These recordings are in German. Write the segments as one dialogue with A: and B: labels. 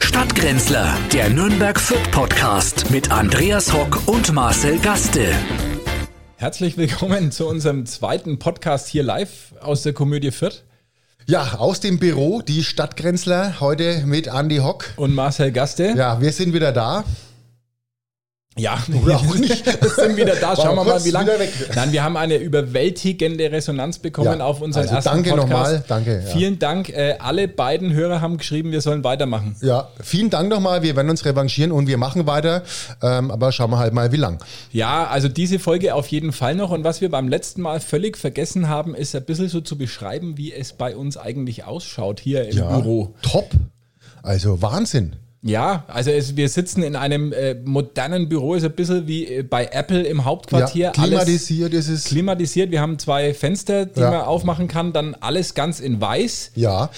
A: Stadtgrenzler, der Nürnberg Fit Podcast mit Andreas Hock und Marcel Gaste.
B: Herzlich willkommen zu unserem zweiten Podcast hier live aus der Komödie Fürth
C: Ja, aus dem Büro, die Stadtgrenzler, heute mit Andy Hock.
B: und Marcel Gaste.
C: Ja, wir sind wieder da.
B: Ja,
C: Oder auch nicht.
B: Wir sind wieder da. Schauen wir
C: War
B: mal,
C: kurz
B: wie lange.
C: wieder weg.
B: Nein, wir haben eine überwältigende Resonanz bekommen
C: Ja,
B: auf unseren
C: also
B: ersten
C: danke
B: Podcast.
C: nochmal, danke, ja.
B: Vielen Dank. Äh, alle beiden Hörer haben geschrieben, wir sollen weitermachen.
C: Ja, vielen Dank nochmal. Wir werden uns revanchieren und wir machen weiter. Ähm, aber schauen wir halt mal, wie lang.
B: Ja, also diese Folge auf jeden Fall noch. Und was wir beim letzten Mal völlig vergessen haben, ist ein bisschen so zu beschreiben, wie es bei uns eigentlich ausschaut hier im Büro.
C: Top. Also Wahnsinn.
B: Ja, also es, wir sitzen in einem äh, modernen Büro, ist ein bisschen wie äh, bei Apple im Hauptquartier.
C: ja, klimatisiert ist es.
B: alles klimatisiert. Wir haben zwei Fenster, die
C: Ja.
B: man aufmachen kann, dann alles ganz in weiß.
C: ja.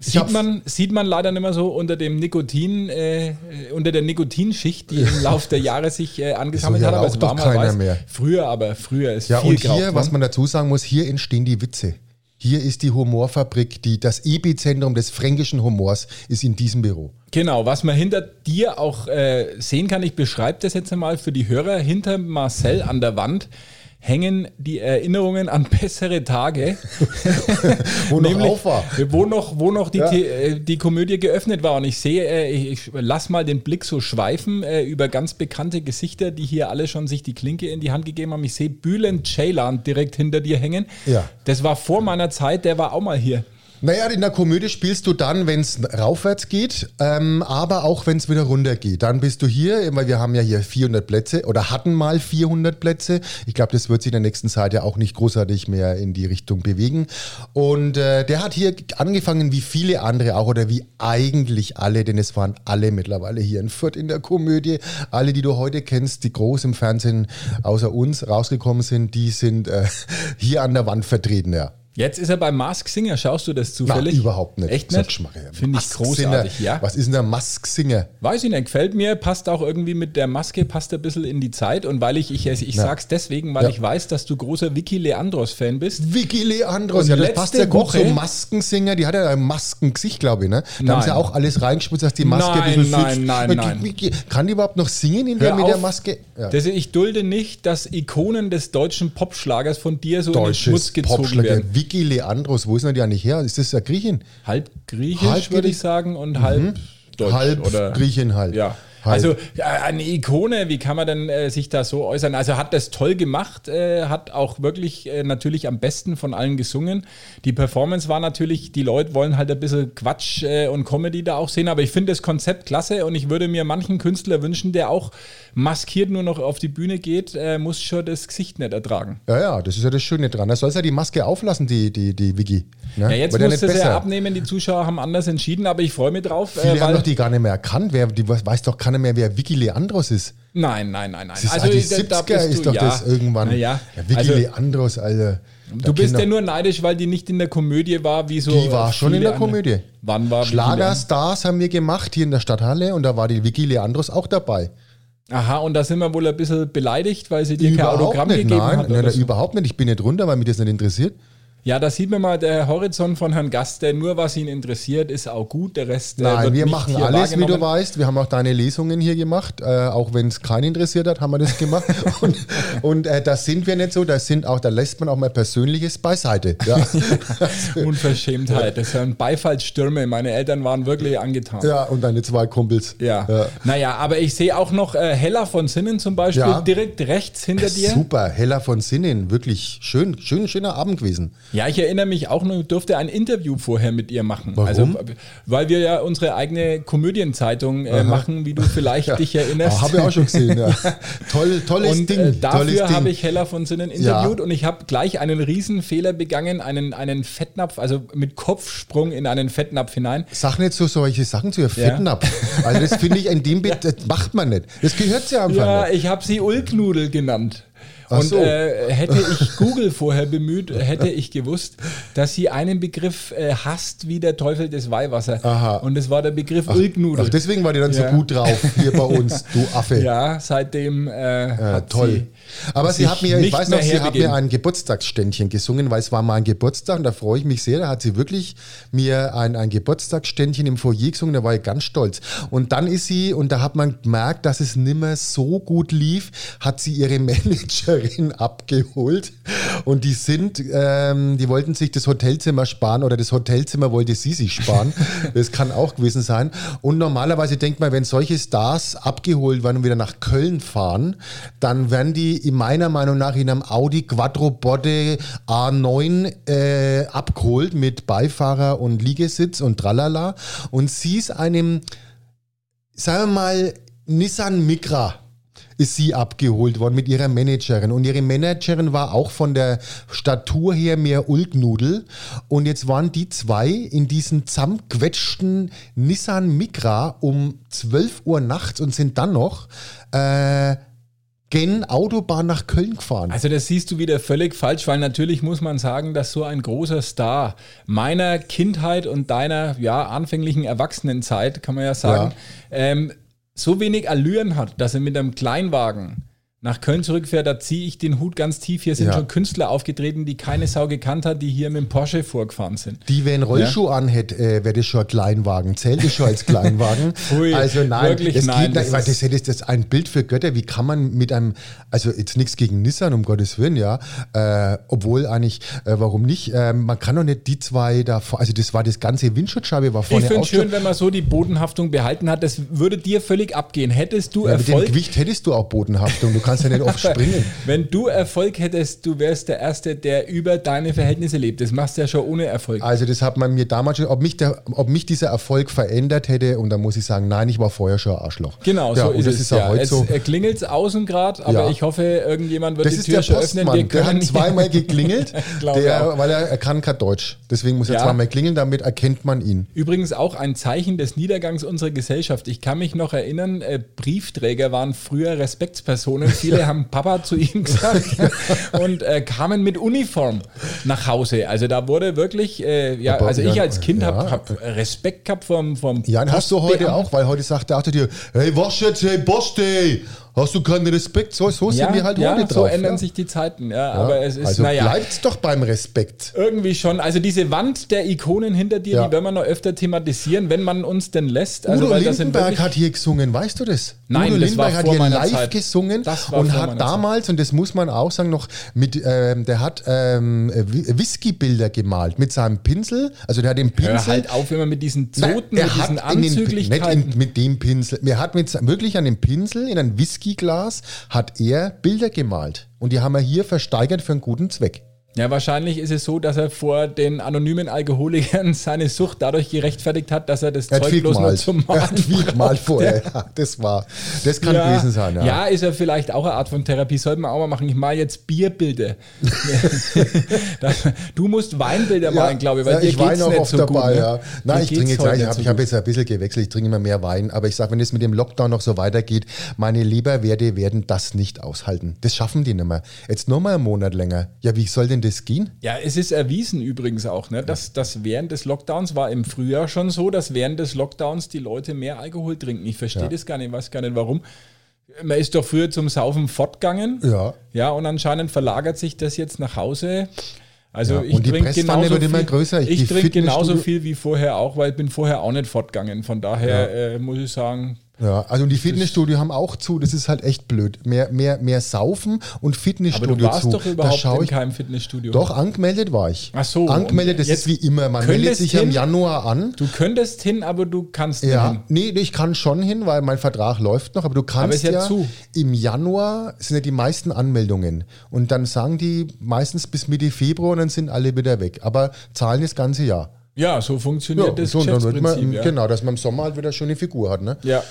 B: Sieht
C: hab-
B: man, sieht man leider nicht mehr so unter dem Nikotin, äh, äh, unter der Nikotinschicht, die im Laufe der Jahre sich äh, angesammelt
C: So, ja,
B: hat, aber
C: raucht
B: es war
C: doch
B: mal
C: keiner
B: weiß.
C: mehr.
B: Früher, aber früher ist
C: Ja,
B: viel
C: und hier,
B: geraucht ne?
C: was
B: worden.
C: man dazu sagen muss, hier entstehen die Witze. Hier ist die Humorfabrik, die, das EB-Zentrum des fränkischen Humors ist in diesem Büro.
B: Genau, was man hinter dir auch äh, sehen kann, ich beschreibe das jetzt einmal für die Hörer, hinter Marcel an der Wand hängen die Erinnerungen an bessere Tage,
C: Wo noch auf war.
B: wo noch, wo noch die,
C: Ja.
B: The- äh, die Komödie geöffnet war. Und ich sehe, äh, ich, ich lass mal den Blick so schweifen äh, über ganz bekannte Gesichter, die hier alle schon sich die Klinke in die Hand gegeben haben. Ich sehe Bülent Ceylan direkt hinter dir hängen.
C: Ja.
B: Das war vor meiner Zeit, der war auch mal hier.
C: Naja, in der Komödie spielst du dann, wenn es raufwärts geht, ähm, aber auch wenn es wieder runter geht. Dann bist du hier, weil wir haben ja hier 400 Plätze oder hatten mal 400 Plätze. Ich glaube, das wird sich in der nächsten Zeit ja auch nicht großartig mehr in die Richtung bewegen. Und äh, der hat hier angefangen, wie viele andere auch oder wie eigentlich alle, denn es waren alle mittlerweile hier in Fürth in der Komödie. Alle, die du heute kennst, die groß im Fernsehen außer uns rausgekommen sind, die sind äh, hier an der Wand vertreten, ja.
B: Jetzt ist er bei Mask Singer. Schaust du das
C: Nein,
B: zufällig?
C: überhaupt nicht.
B: Echt
C: So ein
B: nicht?
C: Geschmack, ja.
B: Finde ich
C: Masksinger.
B: großartig, ja.
C: Was ist denn der Masksinger?
B: Weiß ich nicht, gefällt mir, passt auch irgendwie mit der Maske, passt ein bisschen in die Zeit. Und weil ich, ich, ich sag's deswegen, weil
C: Ja.
B: ich weiß, dass du großer Vicky Leandros-Fan bist.
C: Vicky Leandros,
B: Und
C: ja, das
B: letzte
C: passt ja gut
B: Woche-
C: zum Maskensinger, die hat ja ein Maskengesicht, glaube ich, ne? Da haben sie ja
B: Nein.
C: auch alles reingespritzt, dass die
B: Nein,
C: Maske
B: nein,
C: sitzt.
B: nein,
C: Die-
B: nein.
C: Vicky- Kann die überhaupt noch singen in
B: Hör
C: der, mit der
B: auf.
C: Maske? Ja.
B: Das, ich dulde nicht, dass Ikonen des deutschen Popschlagers von dir so in den Schmutz
C: Deutsches
B: gezogen
C: Popschlager.
B: werden.
C: Vicky Leandros, wo ist denn die eigentlich her? Ist das ja Griechin?
B: Halb griechisch,
C: Halb
B: würde
C: griechisch. Mhm.
B: ich sagen, und halb deutsch.
C: halb
B: oder?
C: Griechin halt.
B: Ja.
C: Halb.
B: Also äh, eine Ikone, wie kann man denn äh, sich da so äußern? Also hat das toll gemacht, äh, hat auch wirklich äh, natürlich am besten von allen gesungen. Die Performance war natürlich, die Leute wollen halt ein bisschen Quatsch äh, und Comedy da auch sehen, aber ich finde das Konzept klasse und ich würde mir manchen Künstler wünschen, der auch maskiert nur noch auf die Bühne geht, äh, muss schon das Gesicht nicht ertragen.
C: ja, ja, das ist ja das Schöne dran. Da sollst du ja die Maske auflassen, die, die, die Vicky. Ne?
B: Ja, jetzt
C: Wird ja
B: muss
C: nicht
B: das ja
C: besser.
B: abnehmen, die Zuschauer haben anders entschieden, aber ich freue mich drauf.
C: Viele
B: äh,
C: haben
B: weil-
C: doch die gar nicht mehr erkannt. Wer, die weiß doch keiner mehr, wer Vicky Leandros ist.
B: Nein, nein, nein, nein.
C: Das ist also die
B: da- da
C: 70er
B: bist
C: ist doch
B: ja.
C: das irgendwann.
B: Naja,
C: ja, Vicky
B: also,
C: Leandros, Alter.
B: du bist ja nur neidisch, weil die nicht in der Komödie war, wie so.
C: Die war schon
B: viele
C: in der
B: andere.
C: Komödie.
B: Wann war Vicky
C: Schlagerstars haben wir gemacht hier in der Stadthalle und da war die Vicky Leandros auch dabei.
B: Leandros? Aha, und da sind wir wohl ein bisschen beleidigt, weil sie dir kein Autogramm
C: nicht,
B: gegeben
C: nein,
B: hat.
C: nein,
B: oder
C: nein,
B: so.
C: überhaupt nicht. Ich bin nicht runter, weil mich das nicht interessiert.
B: Ja, da sieht man mal der Horizont von Herrn Gast, der nur was ihn interessiert, ist auch gut. Der Rest. äh,
C: Nein,
B: wird
C: wir
B: nicht
C: machen
B: hier
C: alles, wie du
B: wahrgenommen.
C: weißt. Wir haben auch deine Lesungen hier gemacht. Äh, auch wenn es keinen interessiert hat, haben wir das gemacht. und und äh, das sind wir nicht so. Das sind auch, da lässt man auch mal Persönliches beiseite. Ja.
B: Unverschämtheit. Das sind Beifallsstürme. Meine Eltern waren wirklich angetan.
C: ja, und deine zwei Kumpels.
B: Ja. Naja, aber ich sehe auch noch äh, Hella von Sinnen zum Beispiel
C: Ja.
B: direkt rechts hinter dir.
C: Super, Hella von Sinnen, wirklich schön, schön, schöner Abend gewesen.
B: Ja, ich erinnere mich auch noch, ich durfte ein Interview vorher mit ihr machen. Also,
C: Warum?
B: weil wir ja unsere eigene Komödienzeitung äh, machen, wie du vielleicht dich erinnerst.
C: Ah, Habe ich auch schon gesehen. Ja. Toll, tolles
B: und
C: Ding.
B: äh,
C: tolles
B: dafür
C: Ding.
B: habe ich Hella von Sinnen interviewt
C: Ja.
B: und ich habe gleich einen riesen Fehler begangen, einen, einen Fettnapf, also mit Kopfsprung in einen Fettnapf hinein.
C: Sag nicht so solche Sachen zu ihr Fettnapf. Also das finde ich in dem Bild, das macht man nicht. Das gehört ja einfach
B: Ja,
C: nicht.
B: ich habe sie Ulknudel genannt.
C: Ach
B: Und
C: so.
B: äh, hätte ich Google vorher bemüht, hätte ich gewusst, dass sie einen Begriff äh, hasst wie der Teufel des Weihwasser.
C: Aha.
B: Und das war der Begriff Ulknudel.
C: Ach, deswegen war die dann
B: Ja.
C: so gut drauf hier bei uns, du Affe.
B: ja, seitdem äh,
C: Ja,
B: hat
C: toll. Aber sie
B: sich
C: hat mir, ich
B: nicht
C: weiß
B: mehr
C: noch, sie hat
B: hergegeben.
C: mir ein Geburtstagsständchen gesungen, weil es war mal ein Geburtstag und da freue ich mich sehr. Da hat sie wirklich mir ein, ein Geburtstagsständchen im Foyer gesungen, da war ich ganz stolz. Und dann ist sie, und da hat man gemerkt, dass es nimmer so gut lief, hat sie ihre Managerin abgeholt und die sind, ähm, die wollten sich das Hotelzimmer sparen oder das Hotelzimmer wollte sie sich sparen. das kann auch gewesen sein. Und normalerweise denkt man, wenn solche Stars abgeholt werden und wieder nach Köln fahren, dann werden die in meiner Meinung nach in einem Audi Quattrobotte A9 äh, abgeholt mit Beifahrer und Liegesitz und tralala. Und sie ist einem, sagen wir mal, Nissan Micra ist sie abgeholt worden mit ihrer Managerin. Und ihre Managerin war auch von der Statur her mehr Ulknudel. Und jetzt waren die zwei in diesem zusammengequetschten Nissan Micra um 12 Uhr nachts und sind dann noch äh, gen Autobahn nach Köln gefahren.
B: Also das siehst du wieder völlig falsch, weil natürlich muss man sagen, dass so ein großer Star meiner Kindheit und deiner ja anfänglichen Erwachsenenzeit, kann man ja sagen, ähm, so wenig Allüren hat, dass er mit einem Kleinwagen nach Köln zurückfährt, da ziehe ich den Hut ganz tief. Hier sind
C: Ja.
B: schon Künstler aufgetreten, die keine Sau gekannt hat, die hier mit dem Porsche vorgefahren sind.
C: die, wenn Rollschuh anhätte, äh, wäre das schon ein Kleinwagen. Zählt das schon als Kleinwagen?
B: Ui,
C: also nein,
B: wirklich
C: das
B: nein,
C: geht nicht.
B: das
C: weil Das,
B: ist-
C: hätte ich- das ist ein Bild für Götter. Wie kann man mit einem, also jetzt nichts gegen Nissan, um Gottes Willen, ja, äh, obwohl eigentlich, äh, warum nicht? Äh, man kann doch nicht die zwei da, vor- also das war das ganze Windschutzscheibe war vorne
B: ich finde
C: auch
B: es schön,
C: schon-
B: wenn man so die Bodenhaftung behalten hat. Das würde dir völlig abgehen. Hättest du
C: ja, mit dem
B: Erfolg
C: Gewicht hättest du auch Bodenhaftung. Du kannst ja nicht oft springen.
B: Wenn du Erfolg hättest, du wärst der Erste, der über deine Verhältnisse lebt. Das machst du ja schon ohne Erfolg.
C: Also das hat man mir damals schon, ob mich, der, ob mich dieser Erfolg verändert hätte und da muss ich sagen, nein, ich war vorher schon ein Arschloch.
B: Genau,
C: ja,
B: so
C: und
B: ist
C: das
B: es.
C: ist auch
B: ja.
C: heute
B: es
C: so.
B: klingelt außen gerade, aber
C: Ja.
B: ich hoffe, irgendjemand wird
C: Das
B: die
C: ist
B: Tür
C: der
B: schon öffnen. Wir
C: Postmann. Der
B: können
C: hat zweimal geklingelt,
B: Glaube
C: der,
B: auch.
C: weil er, er kann kein Deutsch. Deswegen muss er
B: Ja.
C: zweimal klingeln, damit erkennt man ihn.
B: Übrigens auch ein Zeichen des Niedergangs unserer Gesellschaft. Ich kann mich noch erinnern, äh, Briefträger waren früher Respektspersonen. Viele haben Papa zu ihm gesagt und äh, kamen mit Uniform nach Hause. Also da wurde wirklich, äh, ja,
C: Aber
B: also ich
C: Jan-
B: als Kind habe
C: ja.
B: hab Respekt gehabt vom, vom
C: Jan, hast du heute auch, weil heute sagt der Achter dir, hey, was jetzt, hey, Boste, hast du keinen Respekt? So, so sind wir halt
B: ja,
C: heute
B: so
C: drauf.
B: ändern
C: ja.
B: sich die Zeiten. Ja,
C: Ja.
B: aber es ist,
C: also
B: naja,
C: bleibt's doch beim Respekt.
B: irgendwie schon. Also diese Wand der Ikonen hinter dir,
C: Ja.
B: die werden wir noch öfter thematisieren, wenn man uns denn lässt. Also,
C: Udo
B: weil das sind
C: Lindenberg
B: wirklich-
C: hat hier gesungen, weißt du das?
B: Nein,
C: Udo
B: das war
C: Lindenberg hat
B: vor
C: hier
B: meiner
C: live
B: Zeit.
C: gesungen
B: Das war
C: und
B: vor
C: hat
B: meiner
C: damals, und das muss man auch sagen, noch mit, ähm, der hat ähm, Whi- Whisky-Bilder gemalt mit seinem Pinsel. Also der hat den Pinsel
B: Hör halt auf, wenn man mit diesen
C: Nein,
B: Zoten,
C: er
B: mit
C: hat
B: diesen
C: in den-
B: Anzüglichkeiten.
C: Nicht in, mit dem Pinsel. Er hat mit, wirklich an dem Pinsel in ein Whiskyglas hat er Bilder gemalt. Und die haben wir hier versteigert für einen guten Zweck.
B: ja, wahrscheinlich ist es so, dass er vor den anonymen Alkoholikern seine Sucht dadurch gerechtfertigt hat, dass er das
C: Er hat
B: Zeug
C: viel
B: bloß nur
C: gemalt.
B: zum
C: Er hat
B: Malen
C: viel gemalt vorher. Ja, das war, das kann gewesen sein.
B: ja. ja, ist ja vielleicht auch eine Art von Therapie. Sollte man auch mal machen. Ich mal jetzt Bierbilder. Das- du musst Weinbilder
C: Ja,
B: malen, glaube ich, weil
C: ja,
B: dir
C: ich weine
B: geht's
C: auch
B: nicht
C: oft
B: so
C: dabei.
B: gut, ne?
C: ja. Nein,
B: Dir
C: ich
B: geht's
C: trinke
B: heute
C: gleich. Ich
B: nicht
C: habe
B: so
C: ich hab
B: gut.
C: jetzt ein bisschen gewechselt. Ich trinke immer mehr Wein. Aber ich sage, wenn es mit dem Lockdown noch so weitergeht, meine Leberwerte werden das nicht aushalten. Das schaffen die nicht mehr. Jetzt nochmal einen Monat länger. Ja, wie soll denn das gehen?
B: Ja, es ist erwiesen übrigens auch, ne, dass, dass während des Lockdowns war im Frühjahr schon so, dass während des Lockdowns die Leute mehr Alkohol trinken. Ich verstehe das gar nicht, weiß gar nicht warum. Man ist doch früher zum Saufen fortgegangen.
C: Ja.
B: Ja, und anscheinend verlagert sich das jetzt nach Hause. Also
C: Ja,
B: ich
C: und die
B: trinke
C: Presspfanne
B: genauso
C: wird immer
B: viel,
C: größer. Ich-
B: Ich,
C: die
B: trinke genauso
C: Fitnessstudio-
B: viel wie vorher auch, weil ich bin vorher auch nicht fortgegangen. Von daher äh, muss ich sagen,
C: Ja, also die Fitnessstudio haben auch zu, das ist halt echt blöd. Mehr, mehr, mehr Saufen und
B: aber
C: Fitnessstudio
B: du warst
C: zu.
B: doch
C: da
B: überhaupt
C: schau
B: in
C: ich,
B: keinem Fitnessstudio.
C: doch, angemeldet war ich.
B: Ach so,
C: Angemeldet,
B: und
C: das
B: jetzt
C: ist wie immer. Man meldet
B: könntest
C: sich ja im
B: hin?
C: Januar an.
B: Du könntest hin, aber du kannst nicht hin.
C: Ja, nee, nee, ich kann schon hin, weil mein Vertrag läuft noch, aber du kannst
B: Aber ist ja zu.
C: im Januar sind ja die meisten Anmeldungen und dann sagen die meistens bis Mitte Februar und dann sind alle wieder weg, aber zahlen das ganze Jahr.
B: Ja, so funktioniert das
C: und dann wird
B: Geschäftsprinzip.
C: man,
B: ja.
C: genau, dass man im Sommer halt wieder schöne Figur hat, ne?
B: Ja.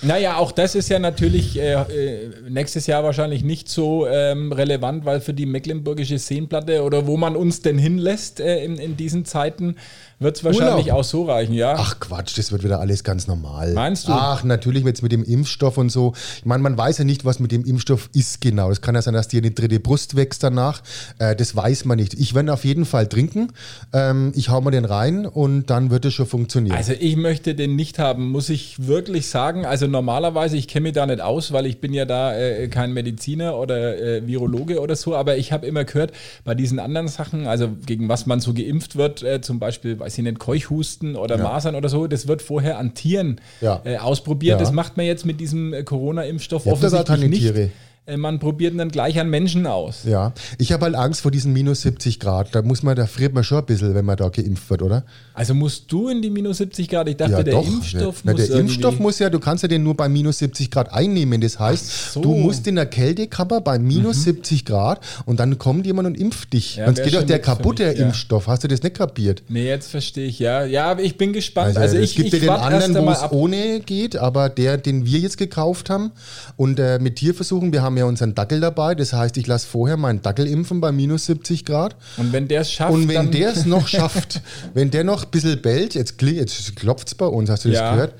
B: Naja, auch das ist ja natürlich äh, äh, nächstes Jahr wahrscheinlich nicht so ähm, relevant, weil für die mecklenburgische Seenplatte oder wo man uns denn hinlässt äh, in, in diesen Zeiten, wird es wahrscheinlich
C: Urlaub.
B: auch so reichen, ja.
C: Ach Quatsch, das wird wieder alles ganz normal.
B: Meinst du?
C: Ach, natürlich jetzt mit dem Impfstoff und so. Ich meine, man weiß ja nicht, was mit dem Impfstoff ist genau. Es kann ja sein, dass dir eine dritte Brust wächst danach. Äh, das weiß man nicht. Ich werde auf jeden Fall trinken. Ähm, ich hau mir den rein und dann wird es schon funktionieren.
B: Also ich möchte den nicht haben, muss ich wirklich sagen. Also normalerweise, ich kenne mich da nicht aus, weil ich bin ja da äh, kein Mediziner oder äh, Virologe oder so, aber ich habe immer gehört, bei diesen anderen Sachen, also gegen was man so geimpft wird, äh, zum Beispiel, weiß ich nicht, Keuchhusten oder Masern oder so, das wird vorher an Tieren
C: Ja.
B: äh, ausprobiert.
C: Ja.
B: Das macht man jetzt mit diesem äh, Corona-Impfstoff
C: Ihr habt das auch keine
B: offensichtlich nicht.
C: Tiere.
B: Äh, man probiert ihn dann gleich an Menschen aus.
C: ja, ich habe halt Angst vor diesen minus 70 Grad. Da muss man, da friert man schon ein bisschen, wenn man da geimpft wird, oder?
B: Also musst du in die minus 70 Grad? Ich dachte, der Impfstoff
C: Na,
B: muss
C: der Impfstoff
B: irgendwie-
C: muss ja, du kannst ja den nur bei minus 70 Grad einnehmen. Das heißt, du musst in der Kältekappe bei minus 70 Grad und dann kommt jemand und impft dich.
B: Mhm. Ja,
C: Sonst
B: wär
C: geht doch
B: schon
C: der
B: nix für
C: kaputt, der
B: mich, ja.
C: Impfstoff. Hast du das nicht kapiert?
B: Nee, jetzt verstehe ich, ja. Ja, aber ich bin gespannt. Also,
C: es
B: ich,
C: gibt
B: ich
C: ja den
B: warte erst
C: anderen, wo
B: einmal
C: es ohne geht, aber der, den wir jetzt gekauft haben und äh, mit Tierversuchen, wir haben ja unseren Dackel dabei. Das heißt, ich lasse vorher meinen Dackel impfen bei minus 70 Grad.
B: Und wenn der es schafft,
C: Und wenn
B: dann,
C: der es noch schafft, wenn der noch ein bisschen bellt, jetzt, kli- jetzt klopft es bei uns, hast du das
B: Ja.
C: gehört?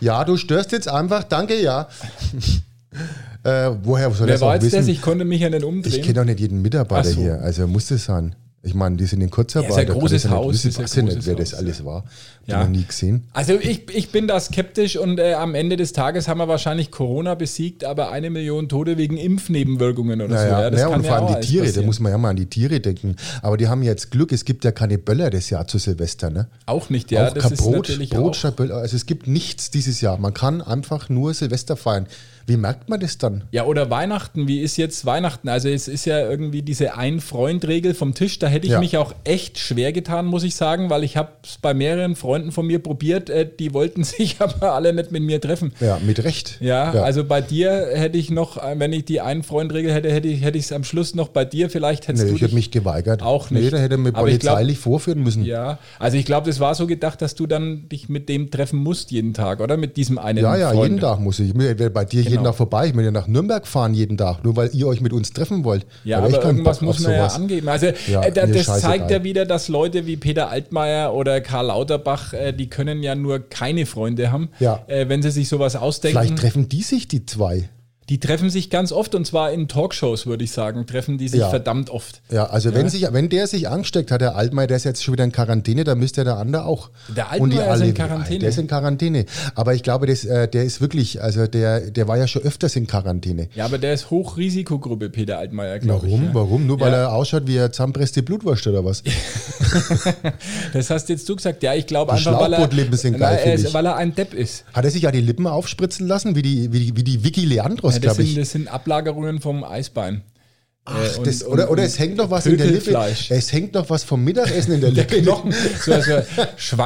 C: Ja, du störst jetzt einfach, danke, ja. äh, woher soll
B: wer
C: das auch
B: weiß das,
C: wissen?
B: ich konnte mich ja nicht umdrehen.
C: Ich kenne auch nicht jeden Mitarbeiter
B: Ach so.
C: hier, also muss das sein. Ich meine, die sind in Kurzarbeit.
B: Ja, ist ein
C: da kann
B: großes
C: ich ja nicht
B: Haus,
C: wissen,
B: ist ein
C: weiß ich nicht,
B: großes
C: wer das
B: Haus,
C: alles war. Hab
B: Ja.
C: ich noch nie gesehen.
B: also ich, ich bin da skeptisch und äh, am Ende des Tages haben wir wahrscheinlich Corona besiegt, aber eine Million Tote wegen Impfnebenwirkungen oder so.
C: Naja,
B: Ja, das
C: naja,
B: kann
C: und vor allem
B: auch
C: die
B: alles
C: Tiere, da
B: passieren.
C: muss man ja mal an die Tiere denken. Aber die haben jetzt Glück, es gibt ja keine Böller das Jahr zu Silvester, ne?
B: auch nicht, ja.
C: auch
B: das
C: kein
B: ist
C: Brot,
B: natürlich
C: Brot
B: auch.
C: Schaböl, also es gibt nichts dieses Jahr. Man kann einfach nur Silvester feiern. Wie merkt man das dann?
B: Ja, oder Weihnachten, wie ist jetzt Weihnachten? Also es ist ja irgendwie diese Ein-Freund-Regel vom Tisch, da hätte ich
C: Ja.
B: mich auch echt schwer getan, muss ich sagen, weil ich habe es bei mehreren Freunden von mir probiert, äh, die wollten sich aber alle nicht mit mir treffen.
C: Ja, mit Recht.
B: Ja, also bei dir hätte ich noch, äh, wenn ich die Ein-Freund-Regel hätte, hätte ich es am Schluss noch bei dir, vielleicht hättest
C: nee,
B: du
C: ich habe
B: dich-
C: mich geweigert.
B: auch
C: Nee,
B: nicht.
C: da hätte mir
B: Aber ich glaub-
C: polizeilich vorführen müssen. Ja,
B: Ja, also ich glaube, das war so gedacht, dass du dann dich mit dem treffen musst jeden Tag, oder? Mit diesem einen
C: ja,
B: Freund.
C: jeden Tag muss ich. Ich will bei dir jeden
B: Genau.
C: Tag vorbei. Ich will ja nach Nürnberg fahren jeden Tag, nur weil ihr euch mit uns treffen wollt.
B: Ja,
C: Da hab
B: aber,
C: ich keinen
B: irgendwas
C: Bock
B: muss
C: auf
B: man ja
C: sowas.
B: angeben. Also
C: Ja,
B: äh, da,
C: mir
B: das
C: scheißegal.
B: zeigt ja wieder, dass Leute wie Peter Altmaier oder Karl Lauterbach, äh, die können ja nur keine Freunde haben,
C: Ja.
B: äh, wenn sie sich sowas ausdenken.
C: Vielleicht treffen die sich, die zwei.
B: die treffen sich ganz oft und zwar in Talkshows, würde ich sagen, treffen die sich
C: Ja.
B: verdammt oft.
C: Ja, also Wenn, sich, wenn der sich angesteckt hat, der Altmaier, der ist jetzt schon wieder in Quarantäne, dann müsste der andere auch.
B: Der
C: Und die
B: Altmaier ist
C: alle-
B: in Quarantäne.
C: Der ist in Quarantäne. Aber ich glaube, das, äh, der ist wirklich, also der, der war ja schon öfters in Quarantäne.
B: Ja, aber der ist Hochrisikogruppe, Peter Altmaier, glaube ich.
C: Warum?
B: Ja.
C: Warum? Nur weil er ausschaut wie er zusammenpresste Blutwurst oder was?
B: Das hast jetzt du gesagt. Ja, ich glaube
C: Die
B: einfach, weil
C: Schlauchbootlippen
B: er,
C: sind
B: Na,
C: geil,
B: er
C: find
B: ist,
C: ich.
B: weil er ein Depp ist.
C: Hat er sich ja die Lippen aufspritzen lassen, wie die, wie die, wie die Vicky Leandros,
B: Ja, das,
C: glaube
B: sind,
C: ich.
B: das sind Ablagerungen vom Eisbein. Äh, Ach,
C: Das, oder, oder es hängt noch was in der Lippe.
B: Pökelfleisch.
C: Es hängt noch was vom Mittagessen in der Lippe.
B: Knochen, so also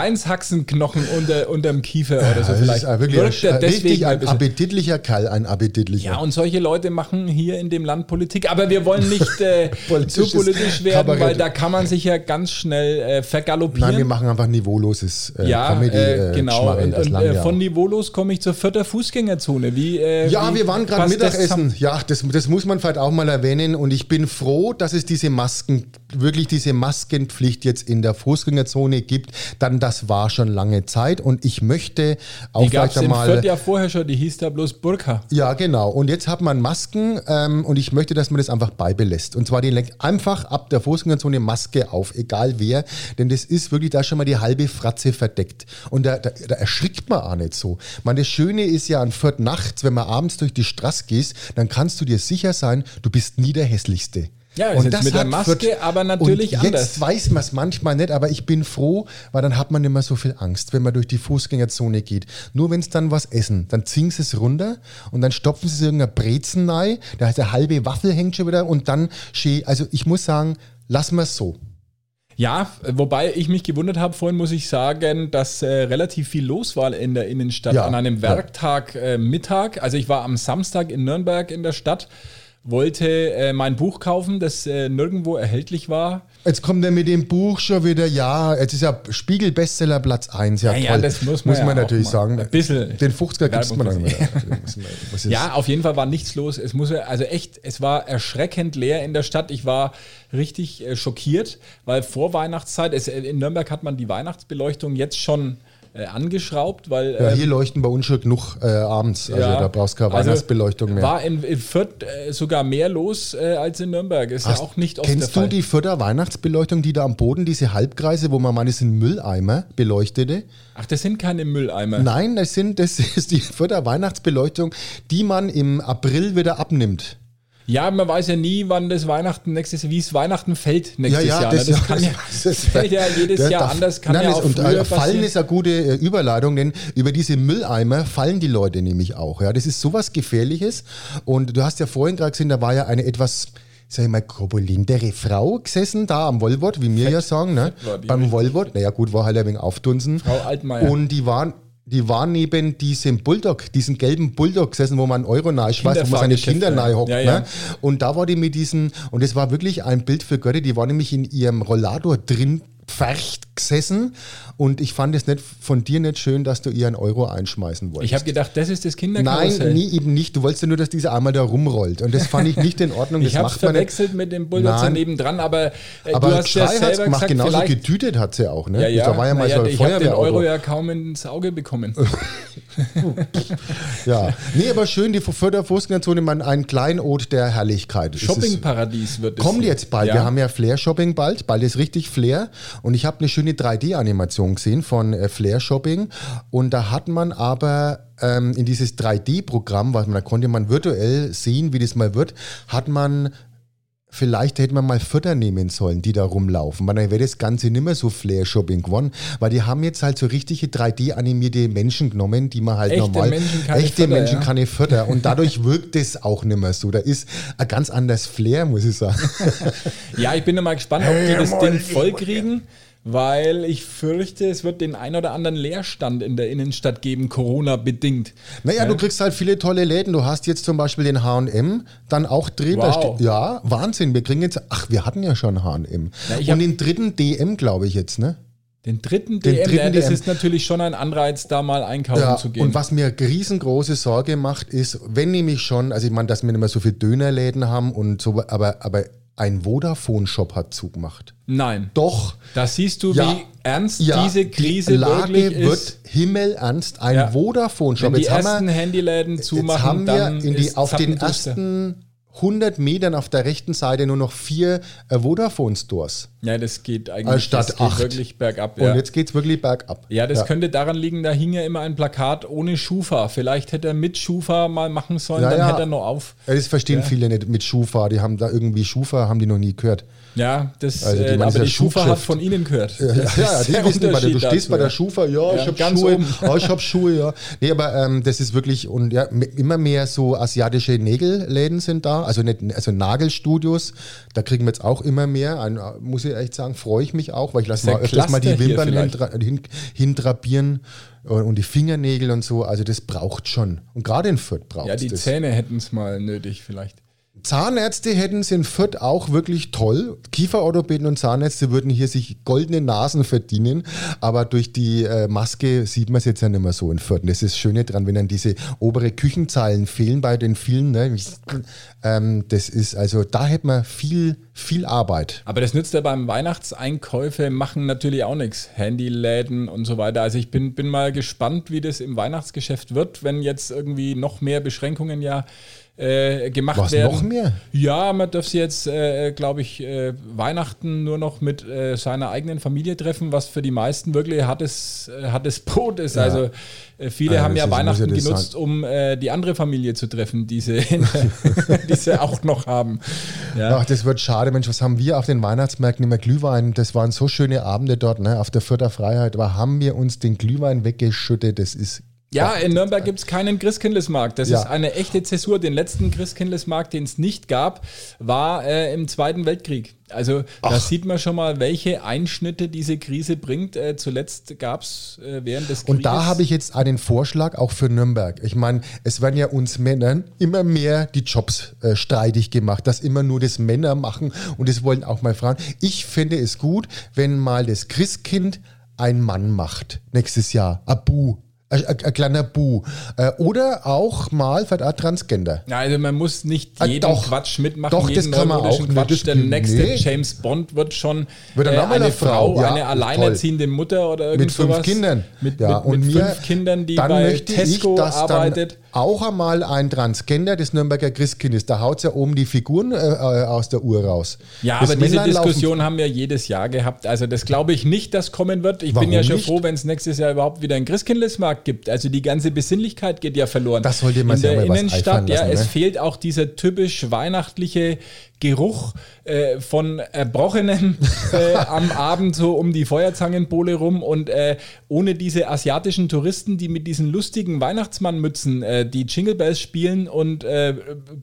B: Schweinshaxenknochen unter, unterm Kiefer oder so
C: Das
B: vielleicht.
C: ist ein wirklich
B: Wirkt er
C: ein,
B: deswegen
C: richtig
B: ein
C: ein
B: bisschen.
C: appetitlicher Kerl, ein appetitlicher.
B: Ja, und solche Leute machen hier in dem Land Politik. Aber wir wollen nicht äh, zu
C: Politisches
B: politisch werden,
C: Kabarett.
B: weil da kann man sich ja ganz schnell äh, vergaloppieren.
C: Nein, wir machen einfach niveauloses äh,
B: ja,
C: Comedy.
B: äh,
C: Äh,
B: genau.
C: Schmarrn,
B: Und,
C: das
B: und
C: lange
B: äh,
C: Jahr.
B: von Nivolos komme ich zur vierter Fußgängerzone. Wie, äh,
C: Ja,
B: wie
C: wir waren gerade
B: passt das zusammen?
C: Mittagessen. Ja, das, das muss man vielleicht auch mal erwähnen. Und ich bin froh, dass es diese Masken, wirklich diese Maskenpflicht jetzt in der Fußgängerzone gibt. Dann das war schon lange Zeit. Und ich möchte auch
B: Die gab
C: vielleicht
B: es im
C: einmal. äh,
B: Viertjahr vorher schon, die hieß da bloß Burka.
C: Ja, genau. Und jetzt hat man Masken ähm, und ich möchte, dass man das einfach beibelässt. Und zwar die lenkt einfach ab der Fußgängerzone Maske auf, egal wer. Denn das ist wirklich da schon mal die halbe Fratze verdeckt. Und da, da, da erschrickt man auch nicht so. Man, das Schöne ist ja an Fürth nachts, wenn man abends durch die Straße gehst, dann kannst du dir sicher sein, du bist nie der hässlichste.
B: Ja, ist jetzt mit der
C: hat
B: Maske, aber natürlich
C: und jetzt
B: anders.
C: weiß man es manchmal nicht, aber ich bin froh, weil dann hat man nicht mehr so viel Angst, wenn man durch die Fußgängerzone geht. Nur wenn es dann was essen, dann ziehen sie es runter und dann stopfen sie es irgendeiner Brezen rein, da heißt der halbe Waffel hängt schon wieder und dann schön, also ich muss sagen, lassen wir es so.
B: Ja, wobei ich mich gewundert habe, vorhin muss ich sagen, dass äh, relativ viel los war in der Innenstadt
C: Ja,
B: an einem
C: ja.
B: Werktag äh, Mittag. Also ich war am Samstag in Nürnberg in der Stadt, wollte äh, mein Buch kaufen, das äh, nirgendwo erhältlich war.
C: Jetzt kommt er mit dem Buch schon wieder, ja, jetzt ist ja Spiegel Bestseller Platz 1, ja,
B: Naja,
C: toll.
B: das muss man ja auch
C: natürlich
B: mal
C: sagen.
B: ein bisschen
C: Den 50er gibst
B: Werbung
C: man dann
B: für
C: wieder.
B: sich. Ja, auf jeden Fall war nichts los. Es muss also echt, es war erschreckend leer in der Stadt. Ich war richtig äh, schockiert, weil vor Weihnachtszeit, es, äh, in Nürnberg hat man die Weihnachtsbeleuchtung jetzt schon äh, angeschraubt, weil
C: Ja,
B: ähm,
C: hier leuchten bei uns schon genug äh, abends. Also
B: ja,
C: da brauchst du keine
B: also
C: Weihnachtsbeleuchtung mehr.
B: War in, in Fürth äh, sogar mehr los äh, als in Nürnberg. Ist
C: Hast-
B: ja auch nicht oft der
C: Kennst du
B: Fall.
C: die Fürther Weihnachtsbeleuchtung, die da am Boden, diese Halbkreise, wo man meint, das sind Mülleimer, beleuchtete?
B: Ach, das sind keine Mülleimer.
C: Nein, das, sind, das ist die Fürther Weihnachtsbeleuchtung, die man im April wieder abnimmt.
B: Ja, man weiß ja nie, wann das Weihnachten nächstes Jahr, wie es Weihnachten fällt nächstes Jahr. ne?
C: Jahr-
B: kann ja, das fällt ja jedes
C: der
B: Jahr
C: darf-
B: anders. Kann
C: nein,
B: ja
C: das-
B: auch
C: und
B: früher
C: äh, Fallen
B: passieren.
C: ist eine gute äh, Überleitung, denn über diese Mülleimer fallen die Leute nämlich auch. Ja, das ist sowas Gefährliches. Und du hast ja vorhin gerade gesehen, da war ja eine etwas sag ich mal, korpulentere Frau gesessen, da am Wollwort, wie wir ja sagen, ne?
B: war die
C: beim Wollwort, naja gut, war halt ein wenig aufdunsen.
B: Frau Altmaier.
C: Und die waren, die waren neben diesem Bulldog, diesem gelben Bulldog gesessen, wo man einen Euro nahe schweißt, wo man seine
B: Kinderfahrgeschäft,
C: Kinder
B: ne?
C: nahe hockt.
B: Ja, ja.
C: Ne? Und da war die mit diesen, und es war wirklich ein Bild für Götter, die war nämlich in ihrem Rollator drin pfercht gesessen. Und ich fand es nicht, von dir nicht schön, dass du ihr einen Euro einschmeißen wolltest.
B: Ich habe gedacht, das ist das
C: Nein,
B: Kinderkarussell.
C: nie, eben nicht. Du wolltest ja nur, dass diese einmal da rumrollt. Und das fand ich nicht in Ordnung.
B: Ich
C: das
B: habe es
C: macht man nicht.
B: verwechselt mit dem Bulldozer
C: Nein.
B: nebendran, aber, äh,
C: Aber
B: du hast ja
C: Geschrei hat es
B: selber
C: gemacht,
B: gesagt,
C: genauso
B: vielleicht.
C: getütet hat sie auch. Ne?
B: Ja, ja.
C: Da war ja mal
B: Naja,
C: so ein
B: ich habe den Euro
C: Feuerwehrauto.
B: ja kaum ins Auge bekommen.
C: Ja, nee, aber schön, die Fürther Fußgängerzone, man ein Kleinod der Herrlichkeit. Es ist-
B: Shoppingparadies wird es.
C: Kommt jetzt bald.
B: Ja.
C: Wir haben ja Flair Shopping bald. Bald ist richtig Flair. Und ich habe eine schöne 3D-Animation gesehen von äh, Flair Shopping. Und da hat man aber ähm, in dieses 3D-Programm, was man, da konnte man virtuell sehen, wie das mal wird, hat man Vielleicht hätte man mal Futter nehmen sollen, die da rumlaufen, weil dann wäre das Ganze nicht mehr so Flair-Shopping geworden, weil die haben jetzt halt so richtige 3D-animierte Menschen genommen, die man halt
B: Echte
C: normal.
B: Menschen keine
C: echte
B: Futter,
C: Menschen
B: ja.
C: keine Futter. Und dadurch wirkt es auch nicht mehr so. Da ist ein ganz anders Flair, muss ich sagen.
B: Ja, ich bin ja mal gespannt, ob die das Ding voll kriegen, weil ich fürchte, es wird den ein oder anderen Leerstand in der Innenstadt geben, Corona-bedingt.
C: Naja, du kriegst halt viele tolle Läden. Du hast jetzt zum Beispiel den H&M dann auch drin. Da
B: Wow.
C: ste- ja, Wahnsinn. Wir kriegen jetzt, ach, wir hatten ja schon H&M.
B: Na, ich hab-
C: Und den dritten DM, glaube ich jetzt, ne?
B: Den dritten
C: Den
B: DM,
C: dritten
B: ja, das
C: DM.
B: ist natürlich schon ein Anreiz, da mal einkaufen
C: Ja,
B: zu gehen.
C: und was mir riesengroße Sorge macht, ist, wenn nämlich schon, also ich meine, dass wir nicht mehr so viele Dönerläden haben und so, aber, aber ein Vodafone-Shop hat zugemacht.
B: Nein.
C: Doch.
B: Da siehst du,
C: Ja.
B: wie ernst
C: Ja,
B: diese Krise
C: die Lage
B: wirklich
C: wird
B: ist.
C: himmelernst. Ein
B: Ja. Wenn
C: Vodafone-Shop.
B: die
C: Jetzt haben
B: ersten
C: wir,
B: Handyläden zumachen,
C: jetzt haben wir
B: dann
C: in die,
B: ist
C: auf den
B: Zappenduster.
C: ersten 100 Metern auf der rechten Seite nur noch vier äh, Vodafone-Stores.
B: Ja, das geht eigentlich
C: Als statt
B: das
C: acht.
B: Geht wirklich bergab.
C: Und
B: Ja.
C: jetzt geht's wirklich bergab.
B: ja, das könnte daran liegen, da hing ja immer ein Plakat ohne Schufa. Vielleicht hätte er mit Schufa mal machen sollen,
C: Ja,
B: dann
C: ja.
B: hätte er noch auf.
C: Ja, Das verstehen viele nicht mit Schufa. Die haben da irgendwie Schufa, haben die noch nie gehört.
B: Ja, das,
C: Also die
B: äh,
C: meinen,
B: aber
C: dieser
B: die Schufa hat
C: Schubschrift.
B: von Ihnen gehört.
C: Ja,
B: Das
C: ja,
B: ist
C: die
B: der
C: wissen immer, du
B: Unterschied
C: stehst
B: dazu,
C: bei
B: ja.
C: der Schufa, ja,
B: Ja,
C: ich hab
B: ganz
C: Schuhe,
B: oben.
C: ah, ich hab Schuhe, ja. Nee, aber ähm, das ist wirklich, und ja, m- immer mehr so asiatische Nägelläden sind da, also nicht, also Nagelstudios, da kriegen wir jetzt auch immer mehr, ein, äh, muss ich echt sagen, freue ich mich auch, weil ich lasse
B: Der
C: mal öfters mal die
B: Cluster hier
C: Wimpern
B: vielleicht.
C: hintra- hin, hintrapieren äh, und die Fingernägel und so, also das braucht schon. Und gerade in Fürth braucht
B: Ja, die
C: das.
B: Zähne hätten es mal nötig vielleicht.
C: Zahnärzte hätten es in Fürth auch wirklich toll. Kieferorthopäden und Zahnärzte würden hier sich goldene Nasen verdienen, aber durch die äh, Maske sieht man es jetzt ja nicht mehr so in Fürth. Und das ist das Schöne dran, wenn dann diese obere Küchenzeilen fehlen bei den vielen. Ne? Ähm, das ist also, da hätten wir viel, viel Arbeit.
B: Aber das nützt ja beim Weihnachtseinkäufe machen natürlich auch nichts. Handyläden und so weiter. Also ich bin, bin mal gespannt, wie das im Weihnachtsgeschäft wird, wenn jetzt irgendwie noch mehr Beschränkungen ja äh, gemacht
C: Was,
B: werden.
C: noch mehr?
B: Ja, man darf sie jetzt, äh, glaube ich, äh, Weihnachten nur noch mit äh, seiner eigenen Familie treffen, was für die meisten wirklich hartes, äh, hartes Brot ist. Also äh, viele
C: Ja,
B: haben
C: das
B: ja
C: ist- muss ja
B: Weihnachten
C: das sein.
B: genutzt, um äh, die andere Familie zu treffen, die sie, die sie auch noch haben. Ja.
C: Ach, das wird schade, Mensch, was haben wir auf den Weihnachtsmärkten immer Glühwein? Das waren so schöne Abende dort, ne, auf der Fürther Freiheit, aber haben wir uns den Glühwein weggeschüttet? Das ist
B: Ja, in Nürnberg gibt es keinen Christkindlesmarkt. Das
C: Ja.
B: ist eine echte Zäsur. Den letzten Christkindlesmarkt, den es nicht gab, war äh, im Zweiten Weltkrieg. Also da sieht man schon mal, welche Einschnitte diese Krise bringt. Äh, zuletzt gab es äh, während des Krieges.
C: Und da habe ich jetzt einen Vorschlag auch für Nürnberg. Ich meine, es werden ja uns Männern immer mehr die Jobs äh, streitig gemacht, dass immer nur das Männer machen und das wollen auch mal Frauen. Ich finde es gut, wenn mal das Christkind ein Mann macht nächstes Jahr. Abu. Ein ein kleiner Bu. Äh, Oder auch mal vielleicht auch Transgender.
B: Ja, also man muss nicht
C: Ah,
B: jeden
C: doch.
B: Quatsch mitmachen,
C: Doch, das
B: jeden
C: kann man
B: neumodischen
C: auch.
B: Quatsch.
C: Das-
B: der nächste
C: nee.
B: James Bond wird schon äh,
C: Wird dann auch mal
B: eine
C: eine Frau,
B: Frau,
C: ja,
B: eine
C: ist
B: alleinerziehende Mutter oder irgend
C: Mit fünf
B: sowas.
C: Kindern.
B: Mit,
C: ja,
B: mit,
C: und
B: mit
C: mir,
B: fünf Kindern, die
C: dann
B: bei
C: möchte
B: Tesco
C: ich, dass
B: arbeitet.
C: Dann auch einmal ein Transgender des Nürnberger Christkind ist. Da haut ja oben die Figuren äh, äh, aus der Uhr raus.
B: Ja,
C: Das
B: aber diese
C: Männlein laufen-
B: Diskussion haben wir jedes Jahr gehabt. Also das glaube ich nicht, dass kommen wird. Ich
C: Warum
B: bin ja schon
C: nicht?
B: froh, wenn es nächstes Jahr überhaupt wieder einen Christkindlesmarkt gibt. Also die ganze Besinnlichkeit geht ja verloren.
C: Das sollte man
B: In
C: sich
B: der
C: auch mal was
B: Innenstadt,
C: einfallen
B: ja,
C: lassen,
B: es
C: ne?
B: fehlt auch dieser typisch weihnachtliche Geruch äh, von Erbrochenem äh, am Abend so um die Feuerzangenbowle rum und äh, ohne diese asiatischen Touristen, die mit diesen lustigen Weihnachtsmannmützen äh, die Jingle Bells spielen und äh,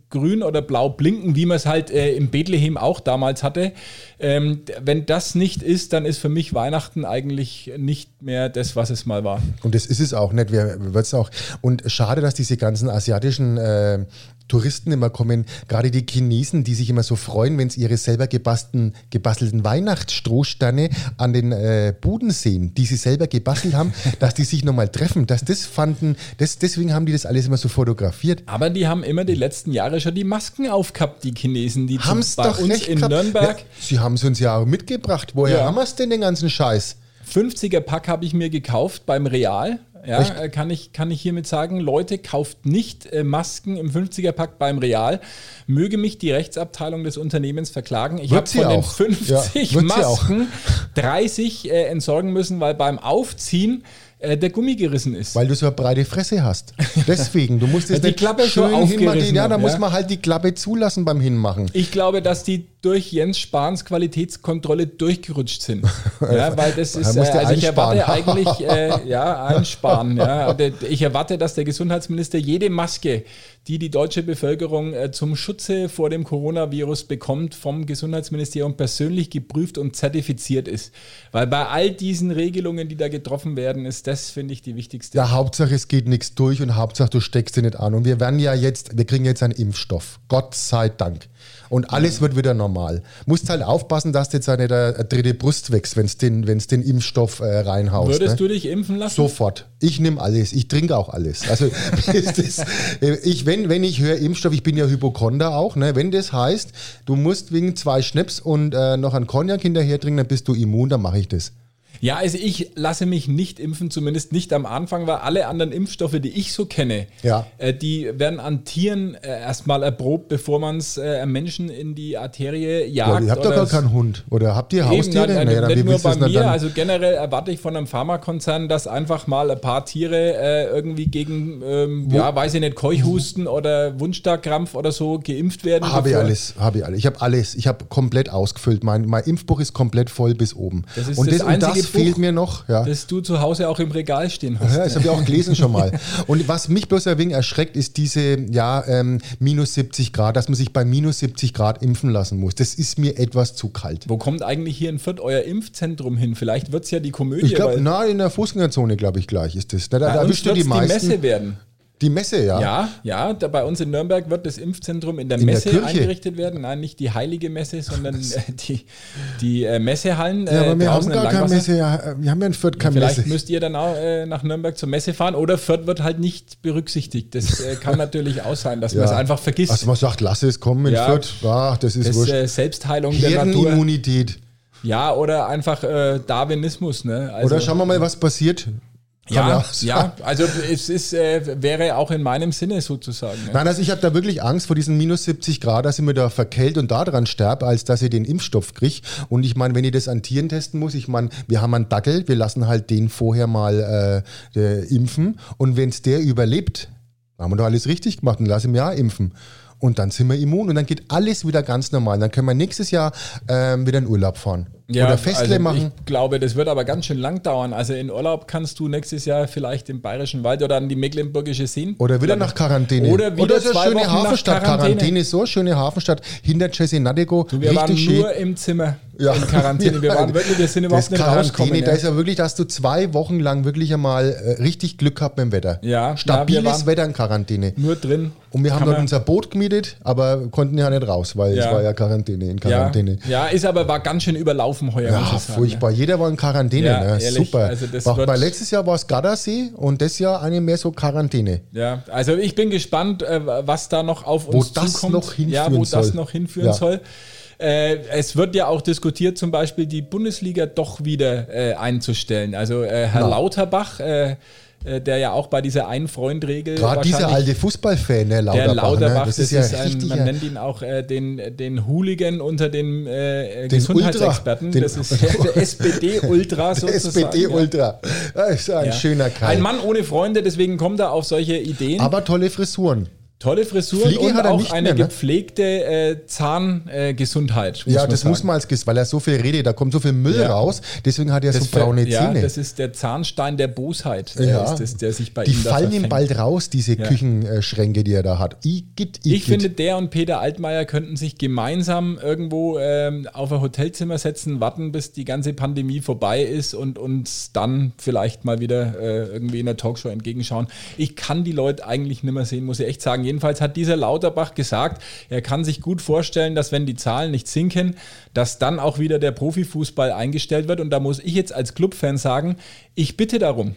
B: grün oder blau blinken, wie man es halt äh, im Bethlehem auch damals hatte. Ähm, d- wenn das nicht ist, dann ist für mich Weihnachten eigentlich nicht mehr das, was es mal war.
C: Und das ist es auch nicht. Wer wird's auch? Und schade, dass diese ganzen asiatischen äh, Touristen immer kommen. Gerade die Chinesen, die sich immer so freuen, wenn sie ihre selber gebastelten, gebastelten Weihnachtsstrohsterne an den äh, Buden sehen, die sie selber gebastelt haben, dass die sich nochmal treffen. Dass das fanden, das, deswegen haben die das alles immer so fotografiert.
B: Aber die haben immer die letzten Jahre schon die Masken aufgehabt, die Chinesen, die
C: Haben es
B: Also bei
C: doch
B: uns
C: recht
B: in
C: gehabt.
B: Nürnberg.
C: Ja, sie haben es uns ja auch mitgebracht. Woher
B: Ja.
C: haben wir denn den ganzen Scheiß?
B: 50er Pack habe ich mir gekauft beim Real. Ja,
C: Echt?
B: äh, kann ich, kann ich hiermit sagen, Leute, kauft nicht äh, Masken im 50er Pack beim Real. Möge mich die Rechtsabteilung des Unternehmens verklagen. Ich
C: Wird
B: habe
C: sie
B: von den
C: auch.
B: 50
C: Ja, wird sie auch.
B: Masken 30 äh, entsorgen müssen, weil beim Aufziehen äh, der Gummi gerissen ist.
C: Weil du so eine breite Fresse hast. Deswegen, du musst es
B: Die Klappe ist so aufgerissen
C: Ja, da
B: hab, ja.
C: muss man halt die Klappe zulassen beim Hinmachen.
B: Ich glaube, dass die durch Jens Spahns Qualitätskontrolle durchgerutscht sind. Ja, weil das
C: Da
B: ist, äh,
C: muss der
B: also ich erwarte
C: einsparen.
B: eigentlich, äh, ja, einsparen. Ja. Und, äh, Ich erwarte, dass der Gesundheitsminister jede Maske, die die deutsche Bevölkerung äh, zum Schutze vor dem Coronavirus bekommt, vom Gesundheitsministerium persönlich geprüft und zertifiziert ist. Weil bei all diesen Regelungen, die da getroffen werden, ist das, finde ich, die wichtigste.
C: Ja, Hauptsache es geht nichts durch und Hauptsache du steckst dir nicht an. Und wir werden ja jetzt, wir kriegen jetzt einen Impfstoff. Gott sei Dank. Und alles wird wieder normal. Musst halt aufpassen, dass dir jetzt auch nicht eine eine dritte Brust wächst, wenn es den, wenn's den Impfstoff äh, reinhaust.
B: Würdest
C: ne?
B: du dich impfen lassen?
C: Sofort. Ich nehme alles. Ich trinke auch alles. Also ist das, äh, ich, wenn, wenn ich höre Impfstoff, ich bin ja Hypochonder auch, ne? wenn das heißt, du musst wegen zwei Schnips und äh, noch einen Cognac hinterher trinken, dann bist du immun, dann mache ich das.
B: Ja, also ich lasse mich nicht impfen, zumindest nicht am Anfang, weil alle anderen Impfstoffe, die ich so kenne,
C: Ja.
B: äh, die werden an Tieren äh, erstmal erprobt, bevor man es äh, Menschen in die Arterie
C: Ja,
B: jagt.
C: ihr habt doch
B: oder
C: gar
B: s-
C: keinen Hund. Oder habt ihr
B: Eben,
C: Haustiere?
B: nein, nein,
C: Naja, dann
B: nicht
C: wie
B: nur
C: willst du
B: bei
C: das denn
B: mir,
C: dann?
B: also generell erwarte ich von einem Pharmakonzern, dass einfach mal ein paar Tiere äh, irgendwie gegen, ähm, ja, weiß ich nicht, Keuchhusten oder Wundstarkrampf oder so geimpft werden.
C: Habe ich
B: bevor-
C: alles, habe ich alles. Ich habe alles. Ich habe komplett ausgefüllt. Mein, mein Impfbuch ist komplett voll bis oben.
B: Das ist
C: und
B: das
C: das, und das
B: einzige
C: fehlt
B: Buch,
C: mir noch. Ja.
B: Dass du zu Hause auch im Regal stehen hast.
C: Ja, das habe ich auch gelesen schon mal. Und was mich bloß ein wenig erschreckt, ist diese, ja, ähm, minus 70 Grad, dass man sich bei minus 70 Grad impfen lassen muss. Das ist mir etwas zu kalt.
B: Wo kommt eigentlich hier in Fürth euer Impfzentrum hin? Vielleicht wird es ja die Komödie.
C: Ich glaube,
B: weil-
C: na, in der Fußgängerzone, glaube ich, gleich ist das. Na, da
B: Bei
C: da
B: uns
C: erwischst du die
B: wird's
C: meisten.
B: Messe werden.
C: Die Messe, ja.
B: Ja, ja, da bei uns in Nürnberg wird das Impfzentrum in der
C: der
B: Messe
C: Kirche?
B: eingerichtet werden. Nein, nicht die heilige Messe, sondern äh, die, die äh, Messehallen.
C: Ja,
B: äh,
C: aber wir haben
B: draußen in
C: gar keine
B: Langwasser.
C: Messe. Ja, äh, wir haben ja in Fürth keine
B: Vielleicht
C: Messe.
B: müsst ihr dann auch äh, nach Nürnberg zur Messe fahren oder Fürth wird halt nicht berücksichtigt. Das äh, kann natürlich auch sein, dass man es einfach vergisst.
C: Also man sagt, lass es kommen in
B: Ja.
C: Fürth. Ach, das ist
B: das ist
C: wurscht.
B: äh, Selbstheilung der Natur.
C: Herdenimmunität.
B: Ja, oder einfach äh, Darwinismus. Ne? Also-
C: Oder schauen wir mal, was passiert. Kann
B: Ja,
C: auch
B: ja,
C: sein.
B: also es ist, äh, wäre auch in meinem Sinne sozusagen. Ne?
C: Nein, also ich habe da wirklich Angst vor diesen minus 70 Grad, dass ich mir da verkält und daran sterbe, als dass ich den Impfstoff kriege. Und ich meine, wenn ich das an Tieren testen muss, ich meine, wir haben einen Dackel, wir lassen halt den vorher mal äh, äh, impfen. Und wenn es der überlebt, dann haben wir doch alles richtig gemacht und lassen ihn ja impfen. Und dann sind wir immun und dann geht alles wieder ganz normal. Dann können wir nächstes Jahr ähm, wieder in Urlaub fahren.
B: Ja,
C: oder Festle
B: also
C: machen.
B: Ich glaube, das wird aber ganz schön lang dauern. Also in Urlaub kannst du nächstes Jahr vielleicht im Bayerischen Wald oder an die Mecklenburgische Seen.
C: Oder wieder nach Quarantäne.
B: Oder wieder
C: so eine
B: zwei
C: schöne
B: Wochen nach
C: Hafenstadt.
B: Quarantäne.
C: ist so eine schöne Hafenstadt. Hinter Chesinanego.
B: Wir waren nur im Zimmer in Quarantäne. Wir waren wirklich, wir sind überhaupt
C: das
B: nicht
C: Quarantäne,
B: rausgekommen.
C: da
B: ja.
C: ist ja wirklich, da hast du zwei Wochen lang wirklich einmal äh, richtig Glück gehabt mit dem Wetter.
B: Ja, ja,
C: Stabiles
B: wir waren-
C: Wetter in Quarantäne.
B: Nur drin.
C: Und wir haben
B: Kann
C: dort
B: man-
C: unser Boot gemietet, aber konnten ja nicht raus, weil es
B: Ja.
C: war ja Quarantäne in
B: ja,
C: Quarantäne.
B: ja, ist aber war ganz schön überlaufen heuer.
C: Ja,
B: muss ich sagen, ne?
C: furchtbar. Jeder war in Quarantäne.
B: Ja,
C: ne?
B: ehrlich,
C: Super.
B: also das
C: War-
B: wird-
C: Weil letztes Jahr war es Gardasee und das Jahr eine mehr so Quarantäne.
B: Ja, also ich bin gespannt, äh, was da noch auf
C: Wo
B: uns
C: das
B: zukommt.
C: noch hinführen
B: ja, wo
C: soll.
B: das noch hinführen
C: Ja.
B: soll. Äh, es wird ja auch diskutiert, zum Beispiel die Bundesliga doch wieder äh, einzustellen. Also äh, Herr
C: Na.
B: Lauterbach, äh, äh, der ja auch bei dieser Ein-Freund-Regel
C: Gerade dieser
B: wahrscheinlich-
C: alte Fußballfan, ne, Lauterbach.
B: der Lauterbach,
C: ne?
B: das, ist, ein,
C: richtiger-
B: man nennt ihn auch äh, den, den Hooligan unter den, äh,
C: Den
B: Gesundheitsexperten.
C: Ultra.
B: das
C: Den-
B: ist der, der SPD-Ultra
C: Der
B: sozusagen.
C: SPD-Ultra. Das ist ein
B: Ja.
C: schöner Kerl.
B: Ein Mann ohne Freunde, deswegen kommt er auf solche Ideen.
C: Aber tolle Frisuren.
B: Tolle Frisuren
C: Pflege
B: und
C: hat er
B: auch
C: nicht
B: eine
C: mehr, ne?
B: gepflegte äh, Zahngesundheit. Äh, Gesundheit,
C: ja, das
B: sagen.
C: muss man als Gesicht, weil er so viel redet, da kommt so viel Müll
B: Ja.
C: raus, deswegen hat er so
B: das ver-
C: braune
B: Ja,
C: Zähne.
B: das ist der Zahnstein der Bosheit, äh,
C: Ja.
B: ist das, der sich bei
C: die
B: ihm da
C: fallen ihm
B: verfängt.
C: bald raus, diese
B: Ja.
C: Küchenschränke, die er da hat. Igitt,
B: Ich
C: igitt.
B: finde, der und Peter Altmaier könnten sich gemeinsam irgendwo ähm, auf ein Hotelzimmer setzen, warten, bis die ganze Pandemie vorbei ist und uns dann vielleicht mal wieder äh, irgendwie in der Talkshow entgegenschauen. Ich kann die Leute eigentlich nicht mehr sehen, muss ich echt sagen. Jedenfalls hat dieser Lauterbach gesagt, er kann sich gut vorstellen, dass wenn die Zahlen nicht sinken, dass dann auch wieder der Profifußball eingestellt wird. Und da muss ich jetzt als Clubfan sagen, ich bitte darum.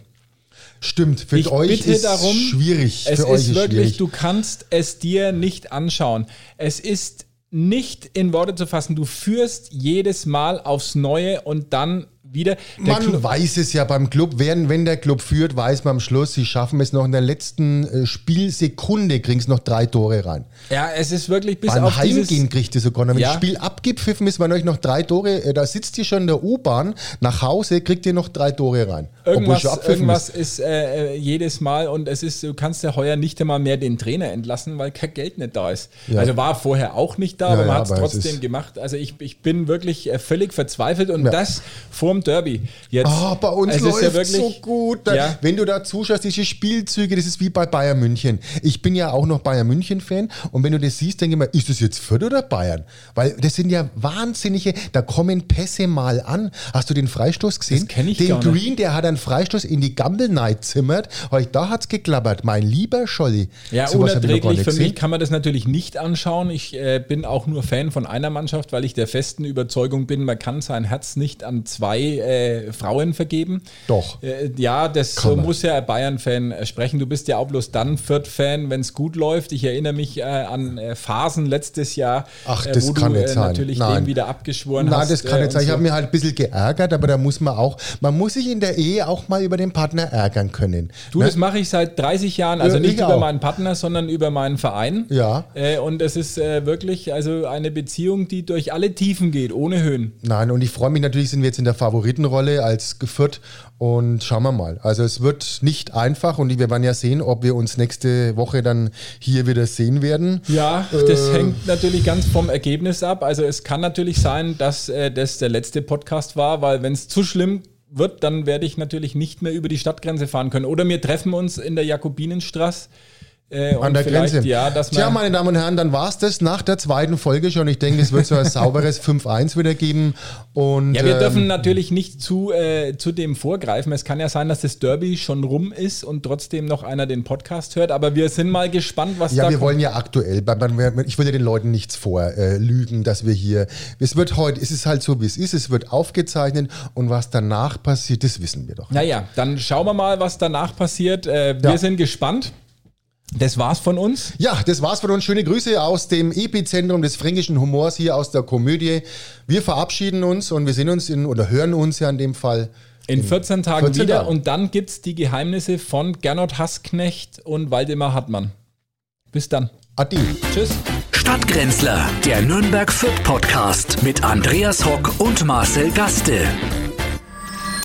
C: Stimmt, für
B: Ich
C: euch
B: bitte
C: ist
B: darum,
C: schwierig.
B: Es
C: für euch
B: ist wirklich,
C: schwierig.
B: du kannst es dir nicht anschauen. Es ist nicht in Worte zu fassen. Du führst jedes Mal aufs Neue und dann wieder. Der
C: Man
B: Clu-
C: weiß es ja beim Club, wenn, wenn der Club führt, weiß man am Schluss, sie schaffen es noch in der letzten äh, Spielsekunde, kriegen es noch drei Tore rein.
B: ja, es ist wirklich bis
C: Beim
B: auf dieses.
C: Heimgehen kriegt ihr sogar noch. Wenn
B: Ja.
C: das Spiel abgepfiffen ist, waren euch noch drei Tore, äh, da sitzt ihr schon in der U-Bahn, nach Hause kriegt ihr noch drei Tore rein.
B: Irgendwas,
C: abpfiffen
B: irgendwas ist äh, äh, jedes Mal und es ist, du kannst ja heuer nicht einmal mehr den Trainer entlassen, weil kein Geld nicht da ist.
C: Ja.
B: Also war vorher auch nicht da,
C: Ja,
B: aber man
C: ja,
B: hat es
C: aber es
B: trotzdem
C: ist-
B: gemacht. Also ich, ich bin wirklich äh, völlig verzweifelt und
C: Ja.
B: das vorm Derby. Jetzt,
C: Ah, bei uns
B: Es
C: läuft
B: ist ja wirklich-
C: so gut. Da,
B: Ja.
C: Wenn du da zuschaust, diese Spielzüge, das ist wie bei Bayern München. Ich bin ja auch noch Bayern München-Fan und wenn du das siehst, denke ich mir, ist das jetzt Fürth oder Bayern? Weil das sind ja wahnsinnige, da kommen Pässe mal an. Hast du den Freistoß gesehen?
B: Das kenn ich
C: Den
B: gar nicht.
C: Green, der hat einen Freistoß in die Gamble Night zimmert. Euch, da hat's geklappert, mein lieber Scholli.
B: Ja,
C: Sowas hab ich noch gar
B: unerträglich.
C: nicht
B: Für
C: gesehen.
B: mich kann man das natürlich nicht anschauen. Ich äh, bin auch nur Fan von einer Mannschaft, weil ich der festen Überzeugung bin, man kann sein Herz nicht an zwei äh, Frauen vergeben.
C: Doch.
B: Äh, ja, das
C: Kann
B: so
C: man.
B: muss ja ein Bayern-Fan äh, sprechen. Du bist ja auch bloß dann Fürth-Fan, wenn es gut läuft. Ich erinnere mich äh, an äh, Phasen letztes Jahr, äh,
C: Ach, das
B: wo
C: kann
B: du
C: nicht sein.
B: natürlich
C: Nein.
B: dem wieder abgeschworen
C: Nein,
B: hast.
C: das kann
B: äh,
C: nicht sein.
B: und
C: Ich habe
B: so.
C: mich halt ein bisschen geärgert, aber da muss man auch, man muss sich in der Ehe auch mal über den Partner ärgern können.
B: Du,
C: Ne?
B: das mache ich seit 30 Jahren, also
C: Ja,
B: nicht
C: ich
B: über
C: auch.
B: meinen Partner, sondern über meinen Verein.
C: Ja.
B: Äh, und es ist äh, wirklich also eine Beziehung, die durch alle Tiefen geht, ohne Höhen.
C: Nein, und ich freue mich natürlich, sind wir jetzt in der Favoritenrolle als Fürth und schauen wir mal. Also es wird nicht einfach und wir werden ja sehen, ob wir uns nächste Woche dann hier wieder sehen werden.
B: Ja,
C: Äh.
B: das hängt natürlich ganz vom Ergebnis ab. Also es kann natürlich sein, dass äh, das der letzte Podcast war, weil wenn es zu schlimm wird, dann werde ich natürlich nicht mehr über die Stadtgrenze fahren können. Oder wir treffen uns in der Jakobinenstraße. Äh,
C: An der Grenze.
B: Ja, dass man
C: Tja, meine Damen und Herren, dann war es das nach der zweiten Folge schon. Ich denke, es wird so ein sauberes 5-1 wieder geben. Und,
B: Ja, wir
C: ähm,
B: dürfen natürlich nicht zu, äh, zu dem vorgreifen. Es kann ja sein, dass das Derby schon rum ist und trotzdem noch einer den Podcast hört. Aber wir sind mal gespannt, was
C: Ja,
B: da
C: wir
B: kommt.
C: wollen ja aktuell, weil man- ich will ja den Leuten nichts vorlügen, dass wir hier, es wird heute, es ist halt so, wie es ist, es wird aufgezeichnet und was danach passiert, das wissen wir doch.
B: naja, dann schauen wir mal, was danach passiert. Äh, wir
C: Ja.
B: sind gespannt. Das war's von uns.
C: Ja, das war's von uns. Schöne Grüße aus dem Epizentrum des fränkischen Humors hier aus der Komödie. Wir verabschieden uns und wir sehen uns in, oder hören uns ja in dem Fall.
B: In 14 Tagen
C: 14
B: wieder.
C: Tagen.
B: Und dann gibt's die Geheimnisse von Gernot Hassknecht und Waldemar Hartmann. Bis dann.
C: Adi.
B: Tschüss.
A: Stadtgrenzler, der Nürnberg Fürth Podcast mit Andreas Hock und Marcel Gaste.